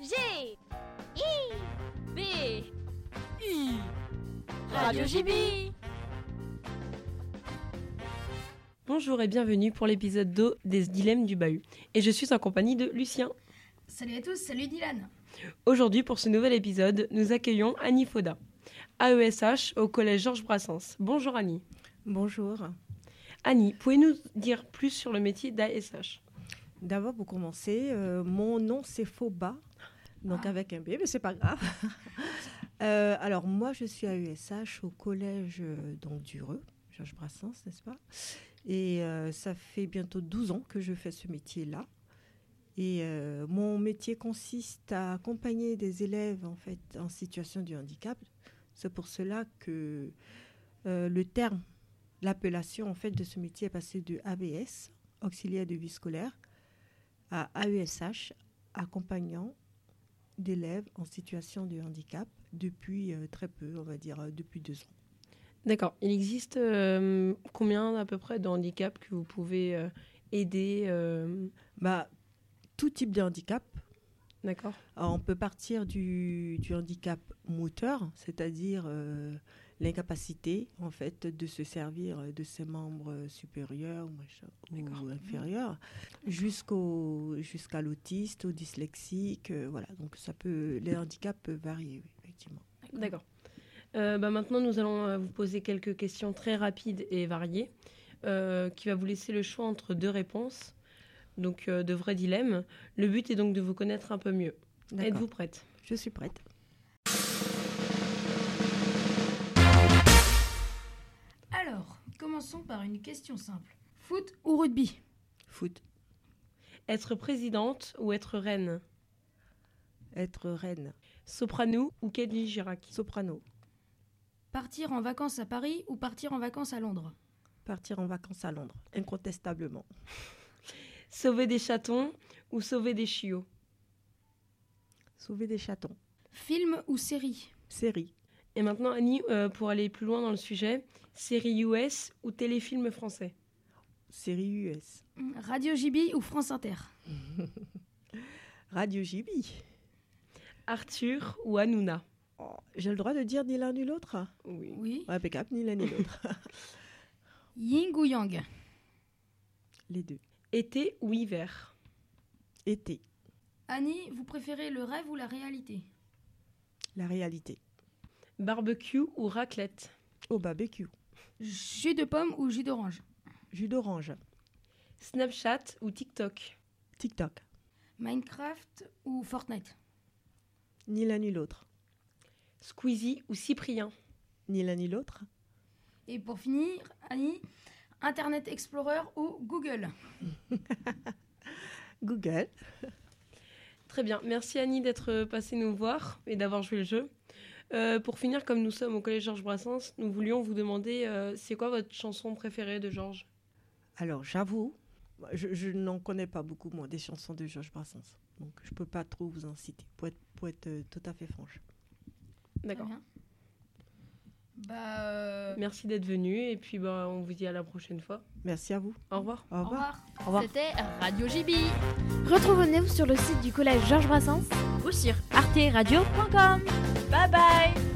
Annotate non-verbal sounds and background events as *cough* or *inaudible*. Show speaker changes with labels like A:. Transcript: A: G I B
B: I
A: Radio JB
B: Bonjour et bienvenue pour l'épisode 2 des Dilemmes du Bahut. Et je suis en compagnie de Lucien.
C: Salut à tous, salut Dylan.
B: Aujourd'hui, pour ce nouvel épisode, nous accueillons Annie Foda, AESH au collège Georges Brassens. Bonjour Annie.
D: Bonjour.
B: Annie, pouvez-nous dire plus sur le métier E d'AESH
D: D'abord, pour commencer, euh, mon nom c'est Foba, donc
C: Ah.
D: avec un B, mais c'est pas grave. *laughs* Euh, alors moi, je suis à USH au collège euh, donc d'Ureux, Georges Brassens, n'est-ce pas Et euh, ça fait bientôt 12 ans que je fais ce métier-là. Et euh, mon métier consiste à accompagner des élèves en fait en situation de handicap. C'est pour cela que euh, le terme, l'appellation en fait de ce métier est passé de ABS, auxiliaire de vie scolaire, à AESH, accompagnant d'élèves en situation de handicap depuis euh, très peu, on va dire euh, depuis deux ans.
B: D'accord. Il existe euh, combien à peu près de handicaps que vous pouvez euh, aider euh,
D: Bah, tout type de handicap.
B: D'accord.
D: Alors, on peut partir du, du handicap moteur, c'est-à-dire euh, l'incapacité en fait de se servir euh, de ses membres euh, supérieurs ou, machin- ou
B: D'accord.
D: inférieurs, jusqu'au jusqu'à l'autiste, au dyslexique, euh, voilà. Donc ça peut, les handicaps peuvent varier, oui, effectivement.
B: D'accord. Euh, bah, maintenant, nous allons euh, vous poser quelques questions très rapides et variées, euh, qui va vous laisser le choix entre deux réponses, donc euh, de vrais dilemmes. Le but est donc de vous connaître un peu mieux.
D: D'accord.
B: Êtes-vous prête
D: Je suis prête.
C: Alors, commençons par une question simple. Foot ou rugby
D: Foot.
B: Être présidente ou être reine
D: Être reine.
B: Soprano ou Kenji Girac
D: Soprano.
C: Partir en vacances à Paris ou partir en vacances à Londres
D: Partir en vacances à Londres, incontestablement.
B: Sauver des chatons ou sauver des chiots
D: Sauver des chatons.
C: Film ou série
D: Série.
B: Et maintenant, Annie, euh, pour aller plus loin dans le sujet, série US ou téléfilm français
D: Série US.
C: Hmm, Radio JB ou France Inter
D: Radio JB.
B: Arthur ou Hanouna
D: Oh, J'ai le droit de dire ni l'un ni l'autre hein
B: Oui.
C: Oui.
D: Impeccable, ni l'un ni l'autre.
C: Ying ou Yang
D: Les deux.
B: Été ou hiver
D: Été.
C: Annie, vous préférez le rêve ou la réalité
D: La réalité.
B: Barbecue ou raclette
D: Au barbecue.
C: Jus de pomme ou jus d'orange
D: Jus d'orange.
B: Snapchat ou TikTok
D: TikTok.
C: Minecraft ou Fortnite
D: Ni l'un ni l'autre.
B: Squeezie ou Cyprien
D: Ni l'un ni l'autre.
C: Et pour finir, Annie, Internet Explorer ou Google
D: Google.
B: Très bien, merci Annie d'être euh, passée nous voir et d'avoir joué le jeu. Euh, pour finir, comme nous sommes au collège Georges Brassens, nous voulions vous demander euh, c'est quoi votre chanson préférée de Georges
D: Alors, j'avoue, je, je n'en connais pas beaucoup, moi, des chansons de Georges Brassens. Donc, je peux pas trop vous en citer, pour être, pour être euh, tout à fait franche.
B: D'accord.
C: Très bien. Bah. euh,
B: Merci d'être venu et puis bah, on vous dit à la prochaine fois.
D: Merci à vous.
B: Au revoir.
D: Au
C: au
D: revoir.
C: revoir.
D: Au revoir.
A: C'était Radio JB
E: Retrouvez-nous sur le site du collège Georges Brassens
A: ou sur arteradio.com. Bye bye